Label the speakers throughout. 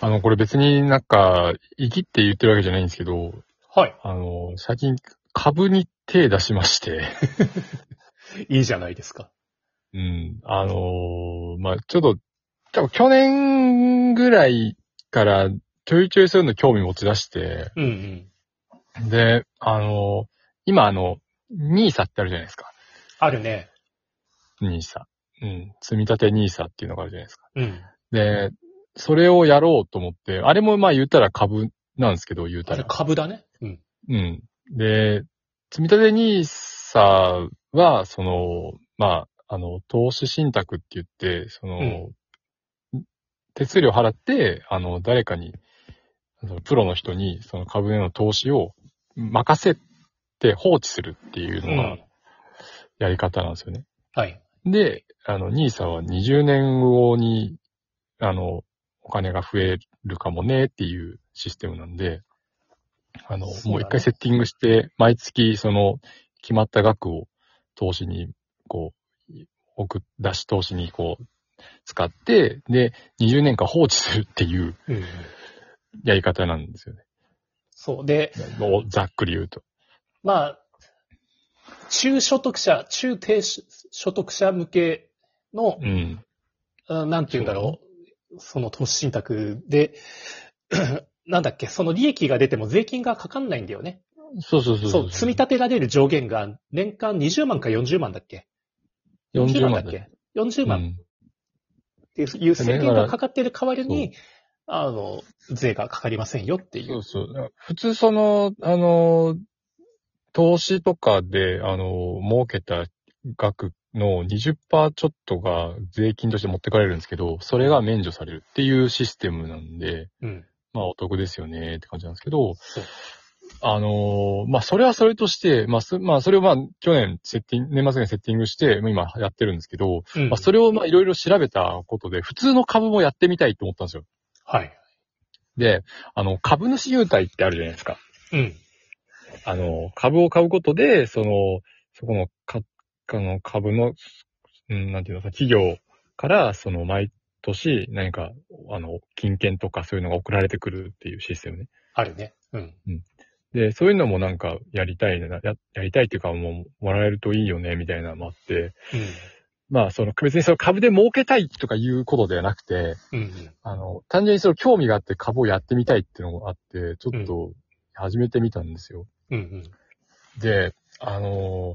Speaker 1: あの、これ別になんか、生きって言ってるわけじゃないんですけど、
Speaker 2: はい。
Speaker 1: あの、最近、株に手出しまして、
Speaker 2: いいじゃないですか。
Speaker 1: うん、あの、まあ、ちょっと、多分去年ぐらいから、ちょいちょいそういうの興味持ち出して、
Speaker 2: うんうん。
Speaker 1: で、あの、今あの、ニーサってあるじゃないですか。
Speaker 2: あるね。
Speaker 1: ニーサ。うん。積み立てニーサっていうのがあるじゃないですか。
Speaker 2: うん。
Speaker 1: で、それをやろうと思って、あれもまあ言ったら株なんですけど、言う
Speaker 2: あ
Speaker 1: た
Speaker 2: れ
Speaker 1: ら。
Speaker 2: 株だね。うん。
Speaker 1: うん。で、積み立てニーサは、その、まあ、あの、投資信託って言って、その、手数料払って、あの、誰かに、そのプロの人に、その株への投資を任せて放置するっていう
Speaker 2: う
Speaker 1: のが
Speaker 2: ん。
Speaker 1: やり方なんですよね。
Speaker 2: はい。
Speaker 1: で、あの、ニーサは20年後に、あの、お金が増えるかもねっていうシステムなんで、あの、
Speaker 2: そうだね
Speaker 1: もう一回セッティングして、毎月その決まった額を投資に、こう、送っ出し投資にこう、使って、で、20年間放置するっていう
Speaker 2: うんうん。
Speaker 1: やり方なんですよね。
Speaker 2: そう。で、
Speaker 1: もうざっくり言うと。
Speaker 2: まあ、中所得者、中低所得者向けの
Speaker 1: う、ん。
Speaker 2: うんなんて言うんだろう。その投資信託で、 なんだっけ、その利益が出ても税金がかかんないんだよね。
Speaker 1: そうそうそう
Speaker 2: そう、積み立てられる上限が年間20万か40万だっけ
Speaker 1: 40
Speaker 2: だ
Speaker 1: 万
Speaker 2: っ
Speaker 1: だね
Speaker 2: け ?40
Speaker 1: う
Speaker 2: 万
Speaker 1: ん
Speaker 2: っていう制限がかかってる代わりに、あの、税がかかりませんよってい。
Speaker 1: そううそう。普通その、あの、投資とかで、あの、儲けた額の20%ちょっとが税金として持ってかれるんですけど、それが免除されるっていうシステムなんで、
Speaker 2: うん。
Speaker 1: まあお得ですよねって感じなんですけど、
Speaker 2: そう。
Speaker 1: あの、まあそれはそれとして、まあそ,、まあ、それをまあ去年セッティング、年末ぐらいにセッティングして、まあ今やってるんですけど、
Speaker 2: うん
Speaker 1: まあそれをまあいろいろ調べたことで、普通の株もやってみたいと思ったんですよ。
Speaker 2: はい。
Speaker 1: で、あの、株主優待ってあるじゃないですか。
Speaker 2: うん。
Speaker 1: あの、株を買うことで、その、そこの、か、あの、株の、うん、なんていうのか、企業から、その、毎年、何か、あの、金券とかそういうのが送られてくるっていうシステムね。
Speaker 2: あるね。うん。
Speaker 1: で、そういうのもなんか、やりたいな、や、やりたいっていうか、もう、もらえるといいよね、みたいなのもあって、まあ、その、別にその株で儲けたいとかいうことではなくて、
Speaker 2: うん。うん。
Speaker 1: あの、単純にその興味があって株をやってみたいっていうのがあって、ちょっと、始めてみたんですよ。
Speaker 2: うん。うん。
Speaker 1: で、あのー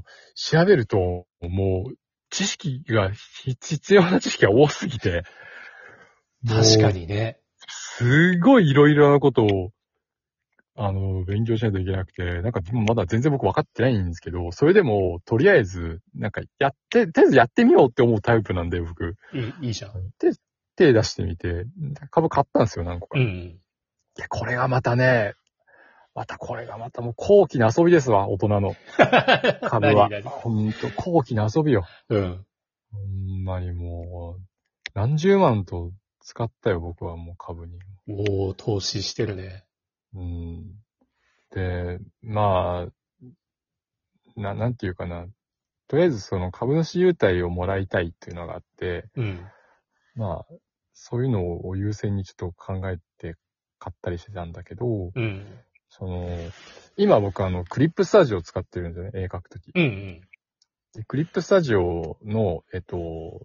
Speaker 1: 調べると、もう、知識が、ひ必要な知識が多すぎて、もう
Speaker 2: 確か。にね。
Speaker 1: すごいいろいろなことを、あのー、勉強しないといけなくて、なんかまだ全然僕分かってないんですけど、それでも、とりあえず、なんかやって、とりあえずやってみようって思うタイプなんで、僕。
Speaker 2: いい、いいじゃん。
Speaker 1: 手出してみて、株買ったんですよ、何個か。
Speaker 2: う
Speaker 1: い
Speaker 2: ん。。
Speaker 1: や、これがまたね、またこれがまたもう高貴な遊びですわ、大人の株は
Speaker 2: 何々
Speaker 1: ほんと、高貴な遊びよ。
Speaker 2: うん。
Speaker 1: ほんまにもう、何十万と使ったよ、僕はもう株に。
Speaker 2: おー、投資してるね。
Speaker 1: うん。で、まあ、な、なんていうかな。とりあえずその株主優待をもらいたいっていうのがあって、
Speaker 2: うん。
Speaker 1: まあ、そういうのを優先にちょっと考えて買ったりしてたんだけど、
Speaker 2: うん。
Speaker 1: その、今僕あの、クリップスタジオを使ってるんですよね、絵描くとき。
Speaker 2: うん。うん。
Speaker 1: でクリップスタジオの、えっと、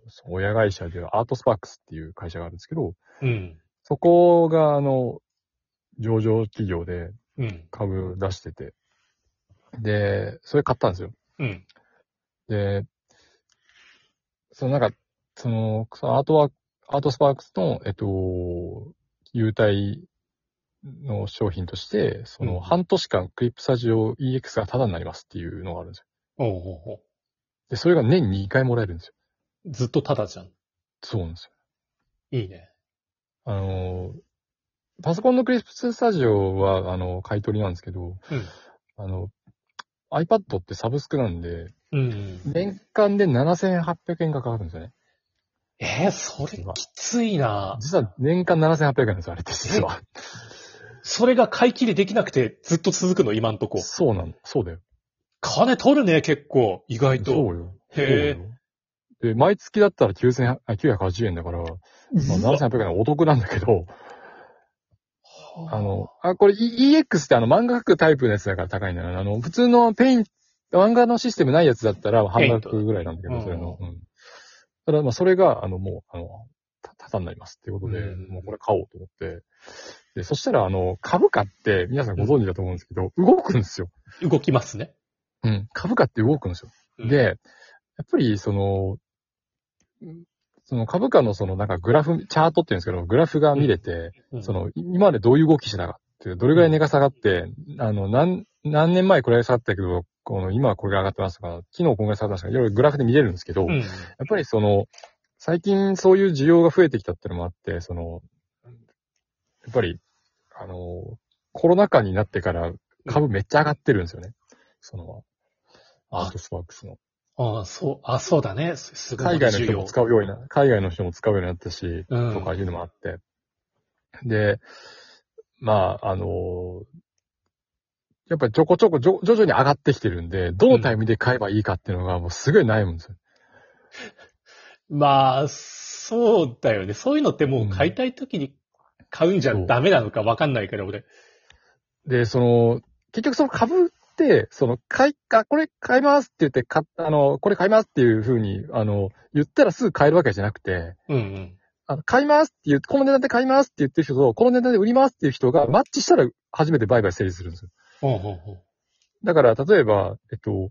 Speaker 1: その親会社ではアートスパークスっていう会社があるんですけど、
Speaker 2: うん。
Speaker 1: そこが、あの、上場企業で
Speaker 2: うん。
Speaker 1: 株出してて。で、それ買ったんですよ。
Speaker 2: うん。
Speaker 1: で、そのなんか、その、そのアートワーク、アートスパークスの、えっと、優待の商品として、そ
Speaker 2: うん
Speaker 1: の半年間クリップスタジオ EX がタダになりますっていうのがあるんですよ。
Speaker 2: おーおーお
Speaker 1: で、それが年に2回もらえるんですよ。
Speaker 2: ーずっとただじゃん。
Speaker 1: そうなんですよ。
Speaker 2: いいね。
Speaker 1: あの、パソコンのクリップスタジオは、あの、買い取りなんですけど、
Speaker 2: うん。
Speaker 1: あの、iPad ってサブスクなんで、
Speaker 2: うん。
Speaker 1: 年間で7800円がかかるんですよね。
Speaker 2: えー、それきついな
Speaker 1: 実は年間7800円なんですよ、あれって実は。
Speaker 2: それが買い切りできなくてずっと続くの、今んとこ。
Speaker 1: そうなの。そうだよ。
Speaker 2: 金取るね、結構。意外
Speaker 1: そ
Speaker 2: と。
Speaker 1: うよ。そう
Speaker 2: へ
Speaker 1: よ。で、毎月だったら9000あ980円だから、まあ、
Speaker 2: うわ
Speaker 1: 7800円はお得なんだけど、
Speaker 2: は
Speaker 1: あの、あ、これ E- EX ってあの漫画描くタイプのやつだから高いんだよね。あの、普通のペイン、漫画のシステムないやつだったら半額ぐらいなんだけ
Speaker 2: う
Speaker 1: ど、
Speaker 2: ん
Speaker 1: それの。うん。ただ、まあ、それが、あの、もう、あの、た、ただになりますっていうことで、
Speaker 2: うん
Speaker 1: もうこれ買おうと思って。で、そしたら、あの、株価って、皆さんご存知だと思うんですけど、動くんですよ。
Speaker 2: 動きますね。
Speaker 1: うん。株価って動くんですよ。
Speaker 2: うん
Speaker 1: で、、やっぱり、その、その株価のそのなんかグラフ、チャートっていうんですけど、グラフが見れて、
Speaker 2: うん
Speaker 1: そ、の、今までどういう動きしてたかって、どれぐらい値が下がって、あの、何、何年前これが下がったけど、この、今はこれが上がってますとか、昨日こんぐらい下がってますとか、いろいろグラフで見れるんですけど、
Speaker 2: う
Speaker 1: やっ
Speaker 2: ん。
Speaker 1: ぱりその、最近そういう需要が増えてきたっていうのもあって、その、やっぱり、あの、コロナ禍になってから株めっちゃ上がってるんですよね。その、アートスパークスの。
Speaker 2: ああ、そう、あそうだね。すすごい
Speaker 1: 海外の人も使うようにな、海外の人も使うようになったし、
Speaker 2: うん
Speaker 1: とかいうのもあって。で、まあ、あの、やっぱりちょこちょこじょ徐々に上がってきてるんで、どのタイミングで買えばいいかっていうのがもうすごい悩むんですよ。
Speaker 2: まあ、そうだよね。そういうのってもう買いたい時に買うんじゃ
Speaker 1: うん
Speaker 2: ダメなのかわかんないから、俺。
Speaker 1: で、その、結局その株って、その、買い、あ、これ買いますって言って、か、あの、これ買いますっていうふうに、あの、言ったらすぐ買えるわけじゃなくて、
Speaker 2: うんうん。
Speaker 1: あの、買いますっていう、この値段で買いますって言ってる人と、この値段で売りますっていう人がマッチしたら初めて売買成立するんですよ
Speaker 2: ほうほうほう
Speaker 1: だから、例えば、えっと、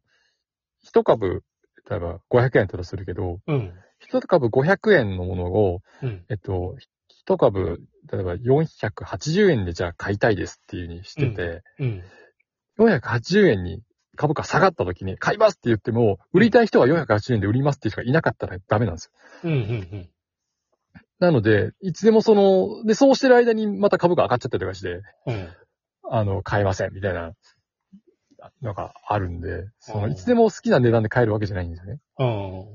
Speaker 1: 一株、例えば500円だとするけど、
Speaker 2: うん。
Speaker 1: 一株500円のものを、
Speaker 2: うん。
Speaker 1: えっと、ひ一株、例えば480円でじゃあ買いたいですっていうふうにしてて、
Speaker 2: うん。
Speaker 1: 480円に株価下がった時に買いますって言っても、売りたい人は480円で売りますっていう人がいなかったらダメなんですよ。
Speaker 2: うん。うん。
Speaker 1: なので、いつでもその、で、そうしてる間にまた株価上がっちゃったりとかして、
Speaker 2: うん。
Speaker 1: あの、買えませんみたいな、のがあるんで、そ
Speaker 2: あ
Speaker 1: の、
Speaker 2: ー
Speaker 1: いつでも好きな値段で買えるわけじゃないんですよね。
Speaker 2: うん。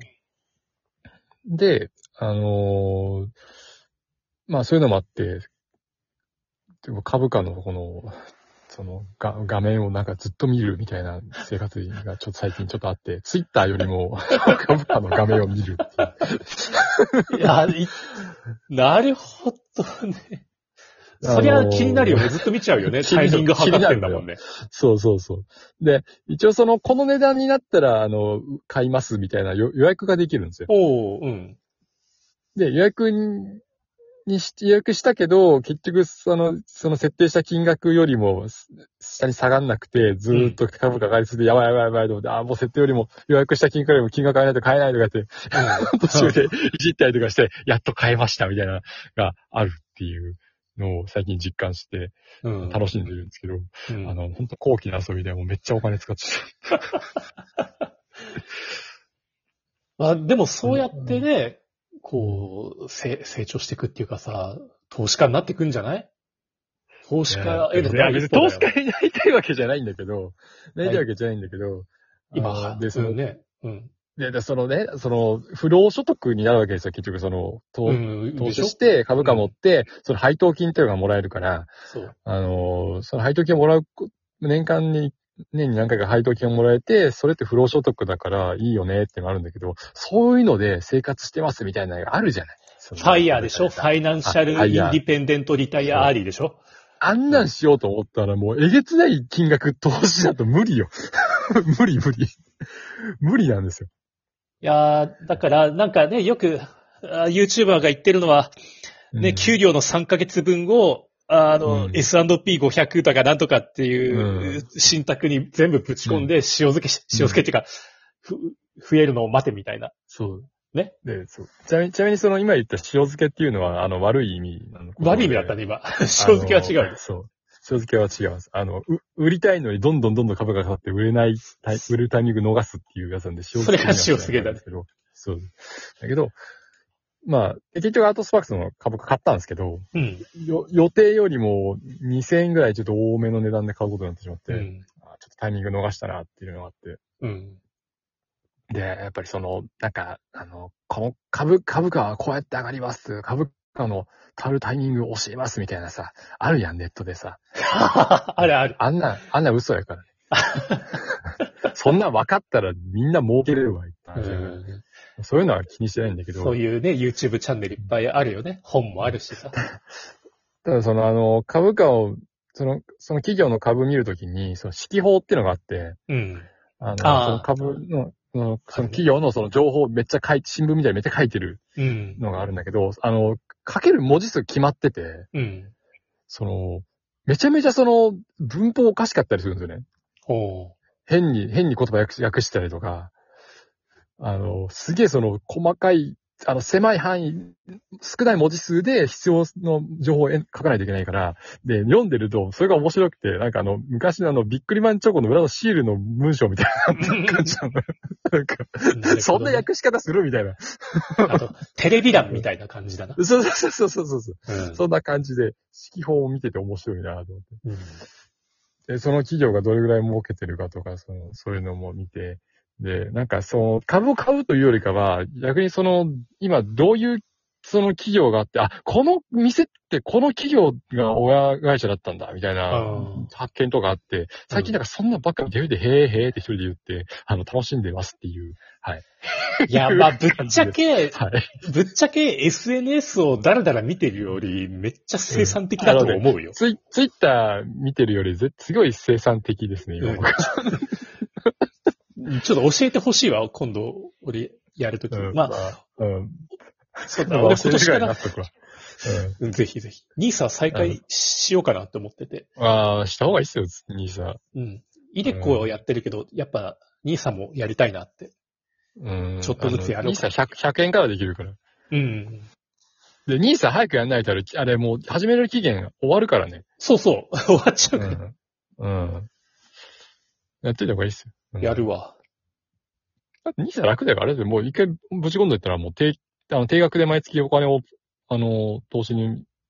Speaker 1: で、あのーまあそういうのもあって、でも株価のこの、そのが画面をなんかずっと見るみたいな生活がちょっと最近ちょっとあって、ツイッターよりも株価の画面を見るっていう。
Speaker 2: いや、い なるほどね。そりゃ気になるよね。ずっと見ちゃうよ ね。
Speaker 1: 気にな
Speaker 2: タイ
Speaker 1: る
Speaker 2: ミング測ってんだもんね。
Speaker 1: そうそうそう。で、一応その、この値段になったら、あの、買いますみたいな予予約ができるんですよ。
Speaker 2: おおうん。
Speaker 1: で、予約ににし、予約したけど、結局、その、その設定した金額よりも、す下に下がんなくて、ずーっと株価が上がりすぎて、やばいやばいやばいと思って、あー、もう設定よりも、予約した金額よりも金額変えないと買えないとかって、途中でいじったりとかして、やっと買えましたみたいな、があるっていうのを最近実感して、
Speaker 2: うん。
Speaker 1: 楽しんでるんですけど、
Speaker 2: い。
Speaker 1: あの、ほんと高貴な遊びで、もうめっちゃお金使って
Speaker 2: まあ、でもそうやってね、こう、せ成長していくっていうかさ、投資家になっていくんじゃない投資家への
Speaker 1: いや、
Speaker 2: 第
Speaker 1: 別に
Speaker 2: 一歩だ
Speaker 1: 投
Speaker 2: よ
Speaker 1: 資家になりたいわけじゃないんだけど、なりたいわけじゃないんだけど、あ
Speaker 2: 今
Speaker 1: ー、で、そ
Speaker 2: そ
Speaker 1: の
Speaker 2: うね。うん。
Speaker 1: で、でそのね、その、不労所得になるわけですよ、結局、その、
Speaker 2: う
Speaker 1: 投
Speaker 2: ん。
Speaker 1: 投
Speaker 2: でし
Speaker 1: 資
Speaker 2: ょ
Speaker 1: して、株価持って、その配当金っていうのがもらえるから、
Speaker 2: そう。
Speaker 1: あのー、その配当金をもらうこ、年間に、年に何回か配当金をもらえて、それって不労所得だからいいよねってのあるんだけど、そういうので生活してますみたいなのがあるじゃない。フ
Speaker 2: ファイヤーでしょフ
Speaker 1: イ
Speaker 2: ァイナンシャルイン
Speaker 1: あファイヤー
Speaker 2: ディペンデントリタイアアーリーでしょ
Speaker 1: あんなんしようと思ったらもうえげつない金額投資だと無理よ。 無理無理。無理なんですよ。
Speaker 2: いやーだから、なんかね、よく、あー YouTuber が言ってるのは、ね、
Speaker 1: うん
Speaker 2: 給料の3ヶ月分を、あの、
Speaker 1: うん
Speaker 2: S&P500 とかなんとかっていうう信託に全部ぶち込んで、塩漬けし、塩漬けっていうか、ふ増えるのを待てみたいな。
Speaker 1: そう。
Speaker 2: ね。
Speaker 1: で、そう。ちなみに、ちなみにその今言った塩漬けっていうのは、あの、悪い意味なのかな
Speaker 2: 悪い意味だった。ね、今。 塩漬けは違
Speaker 1: あの
Speaker 2: う。
Speaker 1: そう。塩漬けは違います。あの、う売りたいのにどんどんどんどん株価が下がって売れない、タイ 売るタイミング逃すっていうやつなんで、塩には
Speaker 2: それが塩漬けだね
Speaker 1: けど。そう。だけど、まあ、結局アートスパークスの株価買ったんですけど、
Speaker 2: うん。
Speaker 1: よ予定よりも2000円ぐらいちょっと多めの値段で買うことになってしまって、
Speaker 2: うん。
Speaker 1: あちょっとタイミング逃したなっていうのがあって、
Speaker 2: うん。
Speaker 1: で、やっぱりその、なんか、あの、この株、株価はこうやって上がります。株価の足るタイミングを教えますみたいなさ、あるやん、ネットでさ。
Speaker 2: あるある。
Speaker 1: あんな、あんな嘘やからね。 そんな分かったらみんな儲けれるわ、いっぱい
Speaker 2: うん
Speaker 1: そういうのは気にしてないんだけど。
Speaker 2: そういうね、YouTube チャンネルいっぱいあるよね。本もあるしさ。
Speaker 1: ただそのあの、株価を、その、その企業の株見るときに、その指揮法っていうのがあって、
Speaker 2: うん。
Speaker 1: あの、
Speaker 2: あー
Speaker 1: その株の、そのその企業のその情報をめっちゃ書いて、新聞みたいにめっちゃ書いてる
Speaker 2: うん。
Speaker 1: のがあるんだけど、あの、書ける文字数決まってて、
Speaker 2: うん。
Speaker 1: その、めちゃめちゃその、文法おかしかったりするんですよね。
Speaker 2: ほ。
Speaker 1: 変に、変に言葉訳し訳したりとか、あの、すげえその、細かい、あの、狭い範囲、少ない文字数で必要の情報をえ書かないといけないから、で、読んでると、それが面白くて、なんかあの、昔のあの、ビックリマンチョコの裏のシールの文章みたいうな感じなの。なんか、
Speaker 2: なるほどね
Speaker 1: そんな訳し方するみたいな。
Speaker 2: あと、テレビ欄みたいな感じだな。
Speaker 1: そうそうそうそうそうそう。
Speaker 2: うん
Speaker 1: そんな感じで、指揮法を見てて面白いなと思って。
Speaker 2: うん
Speaker 1: で、その企業がどれぐらい儲けてるかとか、その、そういうのも見て、で、なんかその株を買うというよりかは、逆にその、今どういう、その企業があって、あ、この店ってこの企業が親会社だったんだ、みたい
Speaker 2: あ
Speaker 1: な
Speaker 2: ー
Speaker 1: 発見とかあって、最近なんかそんなばっかり出るで、へーへーって一人で言って、あの、楽しんでますっていう、
Speaker 2: いや、まあ、ぶっちゃ け、
Speaker 1: はい。
Speaker 2: ぶっちゃけ SNS をだらだら見てるより、めっちゃ生産的だと思うよ。
Speaker 1: ツイ、ツイッター見てるよりぜ、すごい生産的ですね、今僕。
Speaker 2: ちょっと教えてほしいわ、今度、俺、やるとき。
Speaker 1: うん
Speaker 2: まあ、
Speaker 1: うん。
Speaker 2: そうだ、俺
Speaker 1: 忘
Speaker 2: 今
Speaker 1: れる
Speaker 2: 年
Speaker 1: ぐら
Speaker 2: か
Speaker 1: いにな
Speaker 2: ら
Speaker 1: っ、とくわ。うん。
Speaker 2: うんぜひぜひ。ニーサ再開しようかなって思ってて。
Speaker 1: ああ、した方がいいっすよ、兄さん。
Speaker 2: うん。イデコをやってるけど、やっぱ、ニーサもやりたいなって。
Speaker 1: うん。
Speaker 2: ちょっとずつやろう
Speaker 1: 兄さん 100, 100円からできるから。
Speaker 2: うん。
Speaker 1: で、兄さん早くやんないとあれ、あれもう始める期限終わるからね。
Speaker 2: そうそう。 終わっちゃ
Speaker 1: う
Speaker 2: うから。
Speaker 1: ん。うん。やっといた方がいいっすよ。うん
Speaker 2: や。るわ。
Speaker 1: だって兄さん楽だから、あれでもう一回ぶち込んどいたらもう定、あの定額で毎月お金を、あの、投資に